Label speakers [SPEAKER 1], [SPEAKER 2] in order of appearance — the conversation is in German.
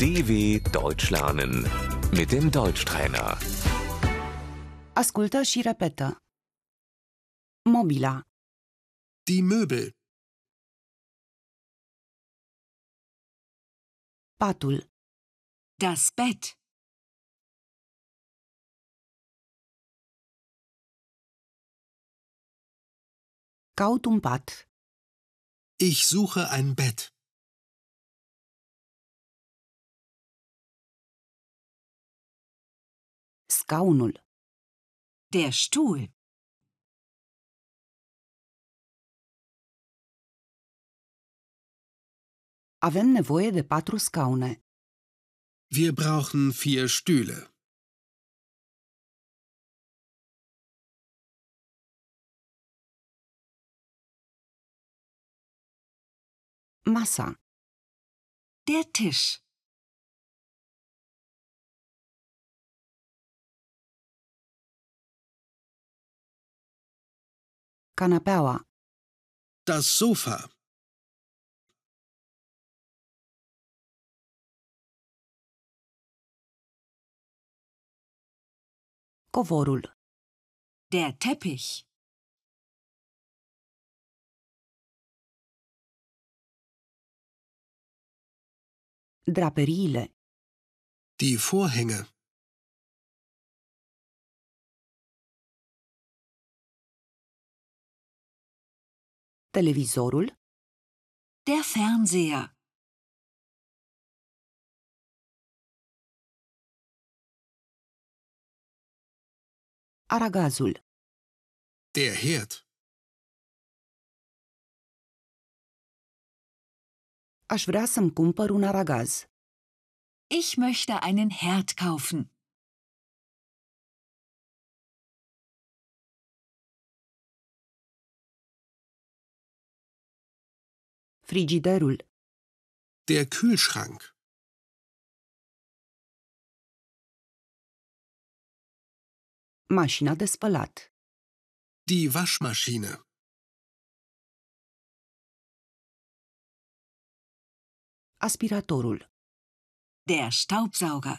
[SPEAKER 1] DW Deutsch lernen mit dem Deutschtrainer.
[SPEAKER 2] Ascultă și repetă. Mobila,
[SPEAKER 3] Die Möbel,
[SPEAKER 2] patul,
[SPEAKER 4] Das Bett,
[SPEAKER 2] caut un pat,
[SPEAKER 3] ich suche ein Bett,
[SPEAKER 2] scaunul,
[SPEAKER 4] der Stuhl,
[SPEAKER 2] avem nevoie de patru scaune,
[SPEAKER 3] wir brauchen vier Stühle,
[SPEAKER 2] masa,
[SPEAKER 4] der Tisch,
[SPEAKER 2] canapeaua,
[SPEAKER 3] das Sofa,
[SPEAKER 2] covorul,
[SPEAKER 4] der Teppich,
[SPEAKER 2] draperiile,
[SPEAKER 3] die Vorhänge,
[SPEAKER 2] televizorul,
[SPEAKER 4] der Fernseher,
[SPEAKER 2] aragazul,
[SPEAKER 3] der Herd,
[SPEAKER 2] aș vrea să-mi cumpăr un aragaz,
[SPEAKER 4] ich möchte einen Herd kaufen,
[SPEAKER 2] frigiderul,
[SPEAKER 3] der Kühlschrank,
[SPEAKER 2] mașina de spălat,
[SPEAKER 3] die Waschmaschine,
[SPEAKER 2] aspiratorul,
[SPEAKER 4] der Staubsauger,